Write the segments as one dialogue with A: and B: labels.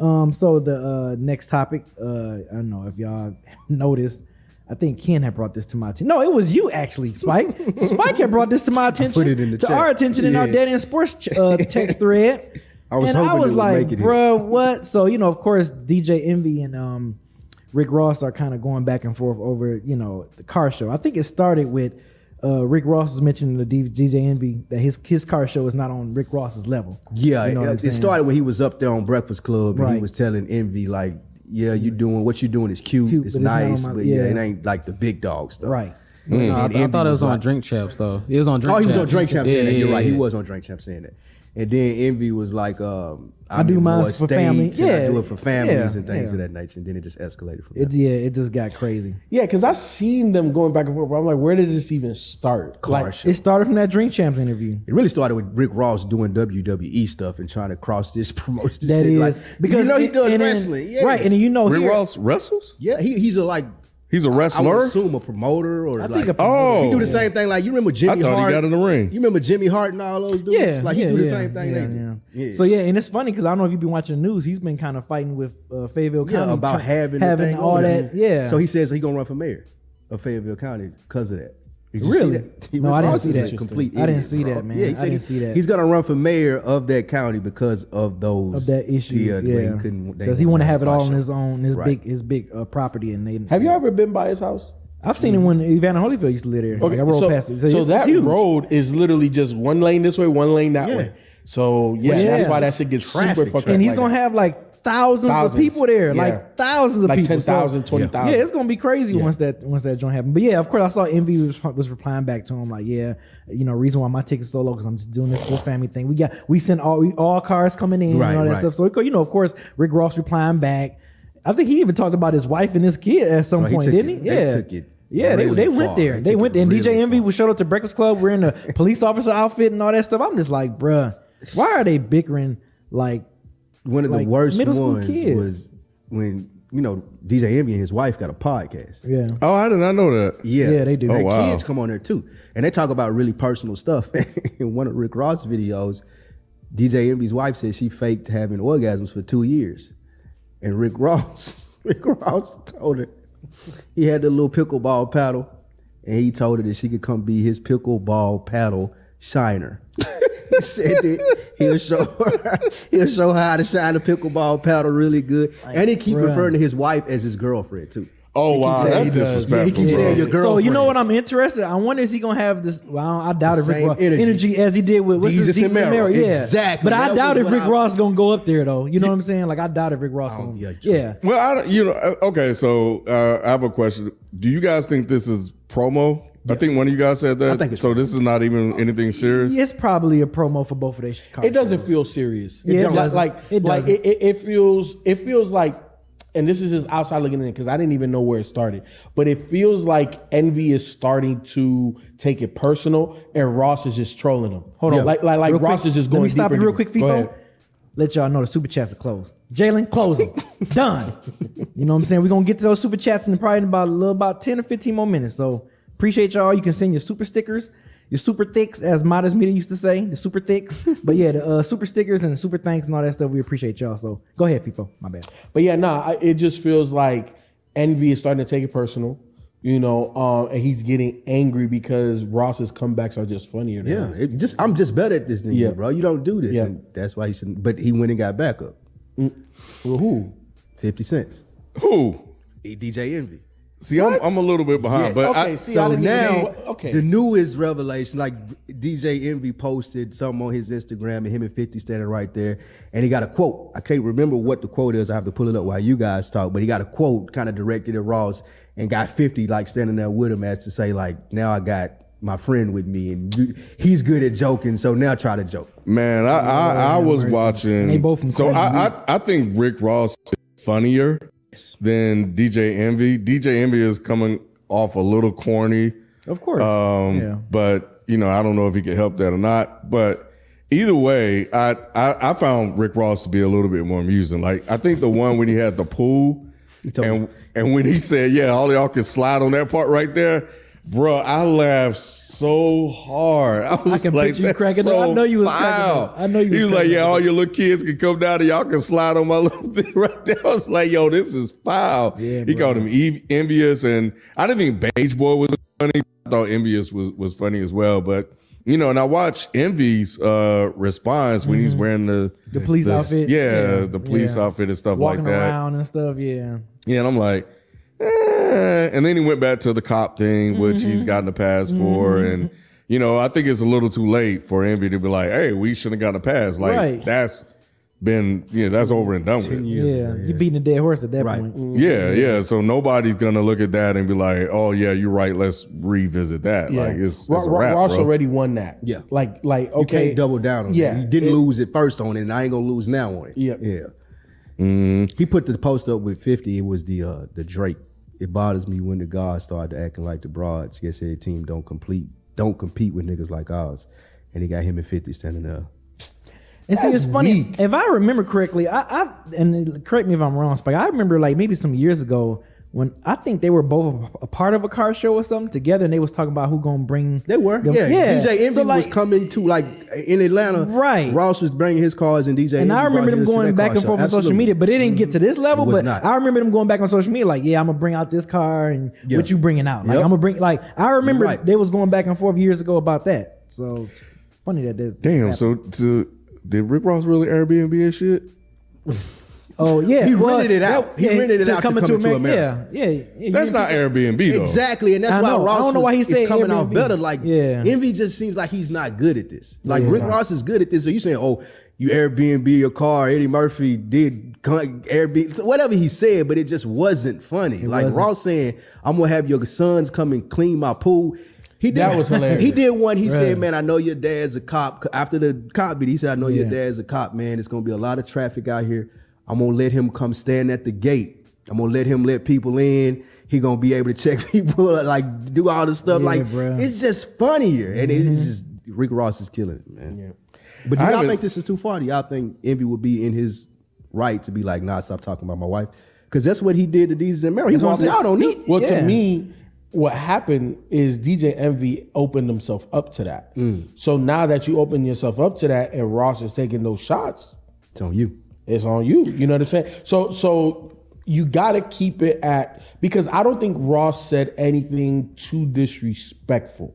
A: Um, so the uh, next topic, uh, I don't know if y'all noticed. I think Ken had brought this to my attention. No, it was you actually, Spike. Spike had brought this to my attention,
B: it in the
A: to
B: chat.
A: our attention in our
B: Yeah.
A: dead end sports ch- uh, text thread.
B: I was
A: and I
B: hoping it
A: was
B: would
A: like,
B: make it here.
A: bro, what? So you know, of course, DJ Envy and um, Rick Ross are kind of going back and forth over you know the car show. I think it started with uh, Rick Ross was mentioning to D- DJ Envy that his his car show is not on Rick Ross's level.
B: Yeah, uh,
A: You know what I'm
B: it,
A: saying?
B: it started when he was up there on Breakfast Club and
A: Right.
B: he was telling Envy like, "Yeah, you doing what you doing is cute,
A: Cute,
B: it's
A: but it's not on
B: nice,
A: my-
B: but yeah.
A: yeah.
B: it ain't like the big dog stuff."
A: right.
C: No, I,
B: And
C: I
B: Envy
C: thought it
B: was
C: was on
B: like-
C: Drink Champs though. It was on Drink
B: Oh, he was on
C: Champs.
B: Drink Champ saying
C: Yeah,
B: that. You're right.
C: yeah,
B: He
C: yeah.
B: was on Drink Champ saying that. And then Envy was like, um, "I,
A: I do
B: mean,
A: mine
B: more
A: for family.
B: states and
A: Yeah,
B: I do it for families
A: yeah,
B: and things
A: yeah.
B: of that nature." And then it just escalated from
A: It,
B: there.
A: yeah, it just got crazy.
D: Yeah, because I seen them going back and forth. But I'm like, where did this even start?
B: Car
D: Like,
B: show.
A: It started from that Drink Champs interview.
B: It really started with Rick Ross doing WWE stuff and trying to cross this promotion.
A: That
B: shit.
A: is
B: like,
A: because
B: you know he
A: it-
B: does
A: and then-
B: wrestling, yeah.
A: right? And then you know
E: Rick
A: Oh, here,
E: Ross wrestles?
B: yeah, he, he's a like
E: He's a
B: I would
E: wrestler.
B: assume a promoter or
A: think
B: like
A: a promoter,
B: he do the
A: yeah.
B: same thing. Like you remember Jimmy
E: Oh. I thought he
B: Hart
E: got in the ring.
B: You remember Jimmy Hart and all those dudes?
A: yeah,
B: like
A: yeah,
B: he do the
A: yeah,
B: same thing.
A: Yeah,
B: they do.
A: yeah. So yeah, and it's funny because I don't know if you've been watching the news. He's been kind of fighting with uh, Fayetteville County
B: Yeah, about
A: try-
B: having the
A: having
B: thing
A: all
B: on
A: that.
B: it.
A: Yeah.
B: So he says he gonna run for mayor of Fayetteville County because of that. Did you
A: Really?
B: See that? He-
A: No, I didn't
B: Ross
A: see
B: is a
A: that.
B: Complete
A: I didn't
B: idiot,
A: see
B: bro.
A: that, man.
B: Yeah,
A: I
B: he said he-
A: didn't see that.
B: He's gonna run for mayor of that county because of those
A: of that issue. Yeah,
B: where he couldn't. they
A: because he
B: wouldn't
A: want to have it
B: a
A: all
B: car
A: on his
B: show.
A: own, his
B: Right.
A: big, his big uh, property. And they
D: have you ever been by his house?
A: I've seen him when Evander Holyfield used to live there. Okay, like I rolled
D: so,
A: past it. So,
D: so
A: it's,
D: that
A: it's huge.
D: road is literally just one lane this way, one lane that
B: Yeah.
D: way. So yeah,
A: is
D: that's why that
A: just
D: shit gets
B: traffic,
D: super fucked
B: traffic.
D: up.
A: and he's
D: like
A: gonna
D: that.
A: have like thousands, of
D: Thousands.
A: people there,
D: Yeah.
A: like thousands of
D: Like
A: people, So-
D: 10,000, 20,000.
A: Yeah, it's gonna be crazy once that once that joint happened. But yeah, of course, I saw Envy was, was replying back to him like, yeah, you know, reason why my ticket's so low because I'm just doing this whole family thing. We got we sent all we, all cars coming in
B: Right,
A: and all that
B: right.
A: stuff. So you know, of course, Rick Ross replying back. I think he even talked about his wife and his kid at some
B: Right, he
A: point,
B: took
A: didn't
B: it-
A: he?
B: they
A: Yeah,
B: took it
A: yeah, they,
B: really
A: they went
B: far.
A: there.
B: They
A: They,
B: took
A: went
B: it
A: there. And DJ
B: really
A: Envy
B: far.
A: we showed up to Breakfast Club wearing a police officer outfit and all that stuff. I'm just like, bruh, why are they bickering like
B: One of
A: like,
B: the worst
A: middle school
B: ones
A: kids.
B: was when you know DJ Envy and his wife got a podcast.
A: Yeah.
E: Oh, I did not know that.
B: Yeah,
A: Yeah, they do.
B: And
E: Oh, wow.
B: kids come on there too, and they talk about really personal stuff. In one of Rick Ross' videos, DJ Envy's wife said she faked having orgasms for two years, and Rick Ross, Rick Ross told her he had the little pickleball paddle, and he told her that she could come be his pickleball paddle shiner. he said that he'll show her, he'll show her how to shine a pickleball paddle really good, and he keep
A: bruh.
B: referring to his wife as his girlfriend too.
E: Oh, wow.
B: saying
E: That's
B: he does.
E: disrespectful.
B: Yeah, he keeps
E: bro.
B: saying your girl.
A: So you know what I'm interested. I wonder is he gonna have this? Well, I, don't- I doubt
B: The
A: if Rick
B: same
A: Ross energy.
B: energy.
A: as he did with what's
B: Jesus
A: his Jesus
B: and Mero.
A: Mero, yeah,
B: Exactly.
A: But I
B: That
A: doubt
B: was
A: if
B: what
A: Rick
B: I-
A: Ross gonna go up there though. You know what I'm saying? Like I doubt if Rick Ross
B: don't-
A: gonna.
B: yeah,
A: Yeah,
B: true.
E: Well, I, don't- you know, uh, okay, so uh, I have a question. Do you guys think this is promo? I think one of you guys said that.
B: I think it's
E: so. This is not even anything serious.
A: it's probably a promo for both of their. car
D: It doesn't
A: shows.
D: feel serious.
A: Yeah, it
D: don't.
A: doesn't.
D: Like
A: It
D: like
A: doesn't.
D: it, it, it feels it feels like, and this is just outside looking in because I didn't even know where it started. But it feels like envy is starting to take it personal, and Ross is just trolling him. Hold
A: Yeah.
D: Like like like
A: Real
D: Ross
A: quick,
D: is just going.
A: Let me stop
D: deeper
A: you
D: and
A: real quick,
D: deeper. Go
A: FIFO.
D: ahead.
A: Let y'all know the super chats are closed. Jalen, close them. Done. You know what I'm saying? We're gonna get to those super chats in probably in about a little about 10 or 15 more minutes. So appreciate y'all. You can send your super stickers, your super thicks, as Modest Media used to say, the super thicks. but yeah, the uh, super stickers and the super thanks and all that stuff. We appreciate y'all. So go ahead, FIFO. My bad.
D: But yeah, nah, I, it just feels like envy is starting to take it personal. You know, um, and he's getting angry because Ross's comebacks are just funnier. Than
B: Yeah,
D: his.
B: it just I'm just better at this than
D: Yeah.
B: you, bro. You don't do this,
D: Yeah. Mm.
B: and that's why he shouldn't. But he went and got back up
D: Well, who?
B: fifty cents.
E: Who?
B: DJ Envy.
E: See, I'm, I'm a little bit
B: Yes.
E: behind, but
D: Okay,
E: I,
D: see, I
B: so
D: didn't even see
B: now,
D: what- okay.
B: the newest revelation, like DJ Envy posted something on his Instagram, and him and Fifty standing right there, and he got a quote. I can't remember what the quote is. I have to pull it up while you guys talk. But he got a quote, kind of directed at Ross, and got Fifty like standing there with him as to say, like, now I got my friend with me, and you, he's good at joking, so now try to joke.
E: man, I I, I was
A: mercy.
E: watching.
A: And they both from
E: so
A: Crescent
E: I, I I think Rick Ross is funnier than DJ Envy. DJ Envy is coming off a little corny.
A: Of course.
E: Um,
A: Yeah.
E: But you know, I don't know if he could help that or not. But either way, I, I I found Rick Ross to be a little bit more amusing. Like I think the one when he had the pool,
B: told
E: and
B: you.
E: and when he said, "Yeah, all y'all can slide on that part right there." Bro, I laughed so hard. I was
A: can
E: like,
A: picture you
E: "That's
A: cracking up.
E: so
A: I know you was cracking
E: foul."
A: up. I know you was
E: He was like,
A: cracking
E: "Yeah,
A: up.
E: all your little kids can come down and y'all can slide on my little thing right there." I was like, "Yo, this is foul." he called him ev- envious, and I didn't think Beige Boy was funny. I thought Envious was was funny as well, but you know, and I watched Envy's uh, response when he's wearing the
A: Mm-hmm. The police outfit.
E: yeah,
A: Yeah,
E: the police
A: yeah.
E: outfit and stuff
A: Walking
E: like that.
A: around and stuff. Yeah.
E: Yeah, and I'm like, eh. and then he went back to the cop thing, which
A: Mm-hmm.
E: he's gotten a pass for, and you know, I think it's a little too late for Envy to be like, hey, we shouldn't have got a pass. Like
A: Right.
E: that's been yeah, that's over and done with.
A: Yeah. You're beating a dead horse at that
B: Right.
A: point.
E: Yeah, yeah. So nobody's gonna look at that and be like, "Oh, yeah, you're right. Let's revisit that." Like it's,
D: Ro-
E: it's a
D: Ro-
E: wrap,
D: Ross
E: bro.
D: already won that.
B: Yeah.
D: Like like
B: You
D: okay.
B: can't double down on
D: Yeah.
B: that. You didn't
D: It-
B: lose it first on it, and I ain't gonna lose now on it.
D: Yep.
B: Yeah. He put the post up with 50. It was the uh the Drake. It bothers me when the guys started acting like the broads. Guess every team don't complete don't compete with niggas like ours. And he got him and 50 standing there.
A: And see, it's funny.
D: weak.
A: If I remember correctly, I, I and correct me if I'm wrong, Spike. I remember like maybe some years ago when I think they were both a part of a car show or something together, and they was talking about who gonna bring.
B: They were.
A: them-
B: yeah. DJ Envy
A: So,
B: was
A: like,
B: coming to like in Atlanta.
A: Right.
B: Ross was bringing his cars and DJ
A: And I
B: Envy
A: remember
B: brought
A: them
B: his to
A: going
B: that
A: back
B: car
A: and
B: show.
A: forth on social
B: Absolutely.
A: media, but it didn't get to this level.
B: It was
A: But
B: not.
A: I remember them going back on social media, like, "Yeah, I'm gonna bring out this car, and
B: Yeah.
A: what you bringing out? Like,
B: Yep.
A: I'm gonna bring like I remember
B: right.
A: they was going back and forth years ago about that. So it's funny that this.
E: Damn. So, so did Rick Ross really Airbnb and shit?
A: Oh yeah,
B: He rented it out. He rented it out to
A: Coming
B: Coming to
A: Amer-
B: America.
A: Yeah, yeah, yeah.
E: That's
A: You-
E: not Airbnb though.
B: Exactly, and that's
A: I
B: why
A: know. I
B: Ross
A: don't know
B: was-
A: why he
B: is
A: said
B: coming off
A: Airbnb.
B: better. Like
A: Yeah.
B: Envy just seems like he's not good at this. Like
A: Yeah.
B: Rick Ross is good at this. So you saying, oh, you Airbnb your car? Eddie Murphy did con- Airbnb so whatever he said, but it just wasn't funny. like
A: wasn't.
B: Ross saying, I'm gonna have your sons come and clean my pool. He did,
D: That was hilarious.
B: He did one. He
A: Right.
B: said, "Man, I know your dad's a cop." After the cop beat, he said, "I know your
A: Yeah.
B: dad's a cop, man. It's gonna be a lot of traffic out here. I'm gonna let him come stand at the gate. I'm gonna let him let people in. He gonna be able to check people, out, like do all this stuff.
A: Yeah,
B: like
A: bruh.
B: it's just funnier, and
D: Mm-hmm.
B: it's just Rick Ross is killing it, man. But do
E: I
B: y'all
E: was-
B: think this is too far? Do y'all think Envy would be in his right to be like, "Nah, stop talking about my wife"? Because that's what he did to these and Mary. He
A: That's what I'm
B: walked
A: saying.
B: out on
A: He-
B: it.
D: Well,
A: Yeah.
D: to me, what happened is DJ Envy opened himself up to that. So now that you open yourself up to that, and Ross is taking those shots,
B: It's on you.
D: it's on you. You know what I'm saying? So so you gotta keep it at because I don't think Ross said anything too disrespectful.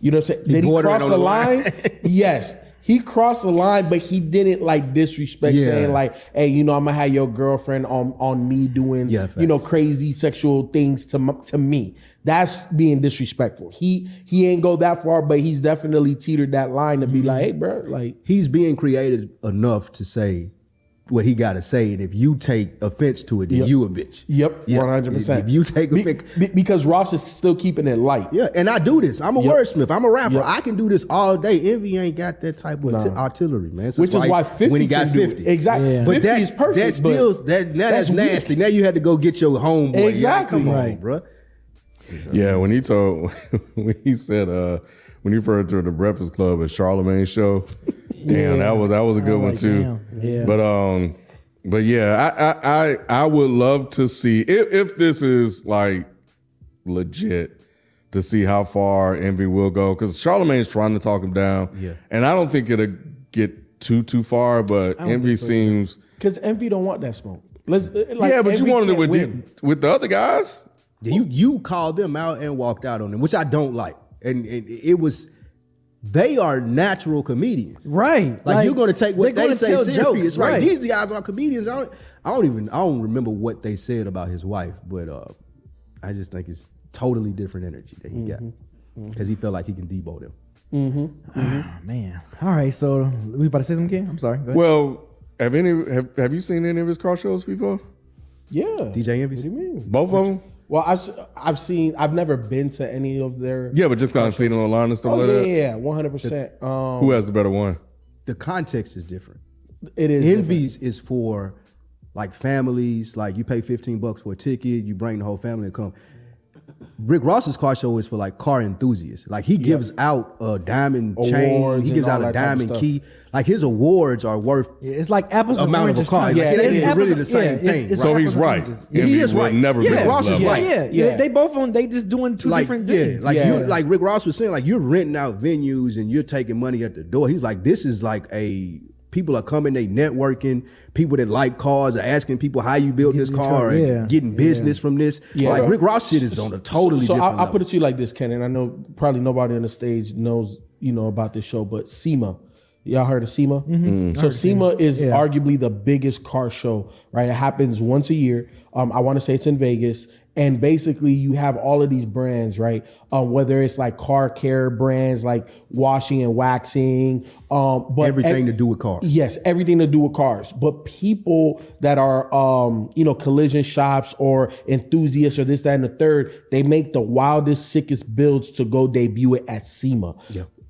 D: You know what I'm saying? Did he
B: bordered
D: cross
B: on
D: the
B: the
D: line?
B: line.
D: yes. He crossed the line, but he didn't like disrespect
B: Yeah.
D: saying like, hey, you know, I'm gonna have your girlfriend on on me doing
B: Yeah,
D: you know
B: facts.
D: crazy sexual things to m- to me. That's being disrespectful. He he ain't go that far, but he's definitely teetered that line to
B: Mm-hmm.
D: be like, hey, bro, like
B: he's being creative enough to say what he got to say, and if you take offense to it, then you a bitch.
D: Yep,
B: Yeah.
D: one hundred percent.
B: If you take
D: Be-
B: offense,
D: be- because Ross is still keeping it light.
B: yeah, and I do this. I'm a
D: Yep.
B: wordsmith. I'm a rapper.
D: Yep.
B: I can do this all day. Envy ain't got that type of t- artillery, man. So
D: Which
B: it's
D: is why fifty
B: when he got
D: can do it.
B: fifty,
D: exactly.
A: Yeah.
B: But
D: Fifty
B: that
D: is perfect.
B: That still that now that's,
D: that's weird.
B: nasty. Now you had to go get your homeboy. Like,
D: Exactly.
B: come on,
A: Right.
B: bro.
E: Yeah, when he told when he said uh when he referred to the Breakfast Club as Charlemagne show. Damn, that was that was a good one
A: like,
E: too.
A: damn, yeah.
E: But um but yeah, I I I, I would love to see if, if this is like legit to see how far Envy will go because Charlemagne's trying to talk him down.
B: Yeah.
E: And I don't think it'll get too too far, but Envy seems
D: because Envy don't want that smoke. Let's uh, like,
E: Yeah, but
D: Envy
E: you wanted it
D: can't
E: with
D: win.
E: the, with the other guys.
B: Then you you called them out and walked out on them, which I don't like. And, and it was They are natural comedians.
A: Right.
B: Like, you're going to take what
A: they're
B: they
A: gonna
B: say
A: tell
B: serious,
A: jokes,
B: right? These guys are comedians. I don't, I don't even I don't remember what they said about his wife, but uh, I just think it's totally different energy that he got because he felt like he can debo them.
A: Ah, man. All right. So we about to say something, Ken? I'm sorry. Go ahead.
E: Well, have any have, have you seen any of his car shows before?
D: Yeah.
B: DJ Envy,
E: Both of them?
D: Well, I've s- I've seen I've never been to any of their.
E: Yeah, but just kind of seen it online and stuff like
D: Oh
E: that.
D: yeah, one hundred percent. Um,
E: Who has the better one?
B: the context is different.
D: it is different.
B: Envies is for like families, like you pay 15 bucks for a ticket, you bring the whole family and come. Rick Ross's car show is for like car enthusiasts. Like he gives out a diamond chain,
D: Awards
B: he
D: and
B: gives
D: all
B: out a
D: that type of
B: diamond
D: stuff.
B: key. Like his awards are worth.
A: Yeah, it's like apples and
B: Amount of a
A: oranges.
B: car.
A: trying-
B: Like,
D: it
A: it's
D: ain't
A: apples
B: really
A: and-
B: the same
A: it's-
B: thing,
A: it's
B: right?
E: So
A: apples
E: he's
A: and
E: right.
A: oranges.
B: Yeah.
E: Envy
B: is
E: will
B: right.
E: Never
B: Yeah,
E: be at his
B: Ross is
E: level.
A: Yeah,
B: right.
A: yeah, yeah.
D: Yeah.
A: They both on. They just doing two
B: Like
A: different
B: yeah,
A: things.
B: like
D: Yeah.
B: you, like Rick Ross was saying, like you're renting out venues and you're taking money at the door. He's like, this is like a people are coming, they networking. People that like cars are asking people how you built this
A: this
B: car,
A: car,
B: and
A: yeah.
B: getting business from this. Like Rick Ross shit is on a totally
D: So, so
B: different.
D: I, I put
B: level.
D: it to you like this, Ken, and I know probably nobody on the stage knows you know about this show, but SEMA. Y'all heard of SEMA?
B: Mm-hmm.
D: So SEMA is arguably the biggest car show, right? It happens once a year. Um, I want to say it's in Vegas, and basically you have all of these brands, right? Um, whether it's like car care brands like washing and waxing, um, but
B: everything
D: ev-
B: to do with cars.
D: Yes, everything to do with cars. But people that are, um, you know, collision shops or enthusiasts or this, that, and the third, they make the wildest, sickest builds to go debut it at SEMA.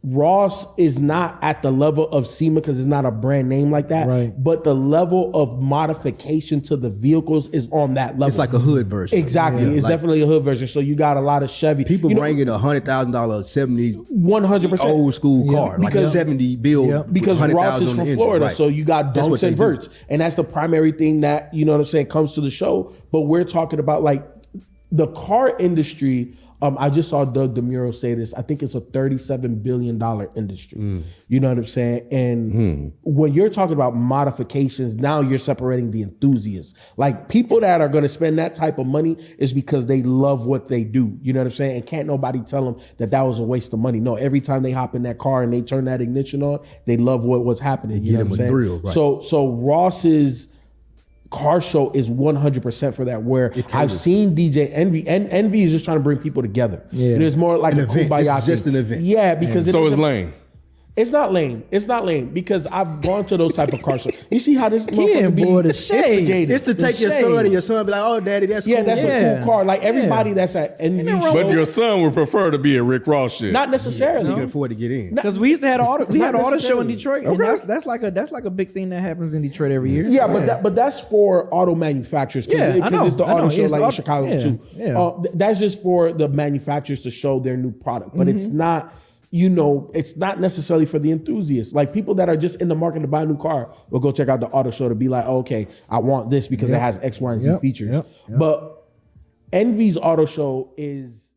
D: Ross is not at the level of SEMA because it's not a brand name like that.
A: Right.
D: But the level of modification to the vehicles is on that level.
B: It's like a hood version.
D: Exactly. it's
B: like-
D: definitely a hood version. So you got a lot of Chevy.
B: People
D: you know,
B: bringing a hundred thousand dollar seventy
D: 100%.
B: old school car, like a
D: Because-
B: seventy build.
A: Yeah.
B: with
D: because Ross
B: 100,000
D: is
B: on
D: from
B: the engine,
D: Florida,
B: right.
D: so you got
B: That's what
D: dumps
B: they
D: and
B: do.
D: verts, and that's the primary thing that you know what I'm saying comes to the show. But we're talking about like the car industry. Um, I just saw Doug DeMuro say this. I think it's a thirty-seven billion dollar industry.
B: Mm.
D: You know what I'm saying? And
B: Hmm.
D: when you're talking about modifications, now you're separating the enthusiasts. Like people that are going to spend that type of money is because they love what they do. You know what I'm saying? And can't nobody tell them that that was a waste of money. No, every time they hop in that car and they turn that ignition on, they love what was happening. you
B: give
D: know what I'm
B: them a
D: saying?
B: thrill, right.
D: So, so Ross's car show is 100% for that where i've seen dj envy and envy is just trying to bring people together
A: Yeah.
D: it is more like
B: An
D: a
B: event.
D: kumbaya
B: It's just
D: thing.
B: an event.
D: yeah because it
E: So is
D: doesn't-
E: Lane.
D: it's not lame. It's not lame because I've gone to those type of car shows. You see how this motherfucker be
A: boy, the shade.
D: instigated.
B: It's to
D: The
B: take your
D: shade.
B: son, your son be like, "Oh, daddy, that's
D: Yeah,
B: cool."
D: that's a
A: Yeah.
D: cool car. Like everybody that's at envy, show,
E: But your son would prefer to be a Rick Ross shit.
D: not necessarily.
B: you can afford to get in.
A: Because we used to had auto, we
D: Not
A: had an auto show in
D: necessarily.
A: Detroit, and
D: Okay.
A: that's that's like a that's like a big thing that happens in Detroit every year.
D: Yeah, but that, but that's for auto manufacturers. Cause
A: Yeah,
D: it-
A: I
D: 'cause
A: know,
D: it's the
A: I
D: auto
A: know.
D: show
A: It's the
D: like in
A: auto-
D: Chicago
A: yeah,
D: too.
A: yeah.
D: Uh, th- that's just for the manufacturers to show their new product, but
A: Mm-hmm.
D: it's not. You know, it's not necessarily for the enthusiasts. Like people that are just in the market to buy a new car will go check out the auto show to be like, "Oh, okay, I want this because it has X, Y, and Z
A: Yep,
D: features.
A: yep,
D: But Envy's auto show is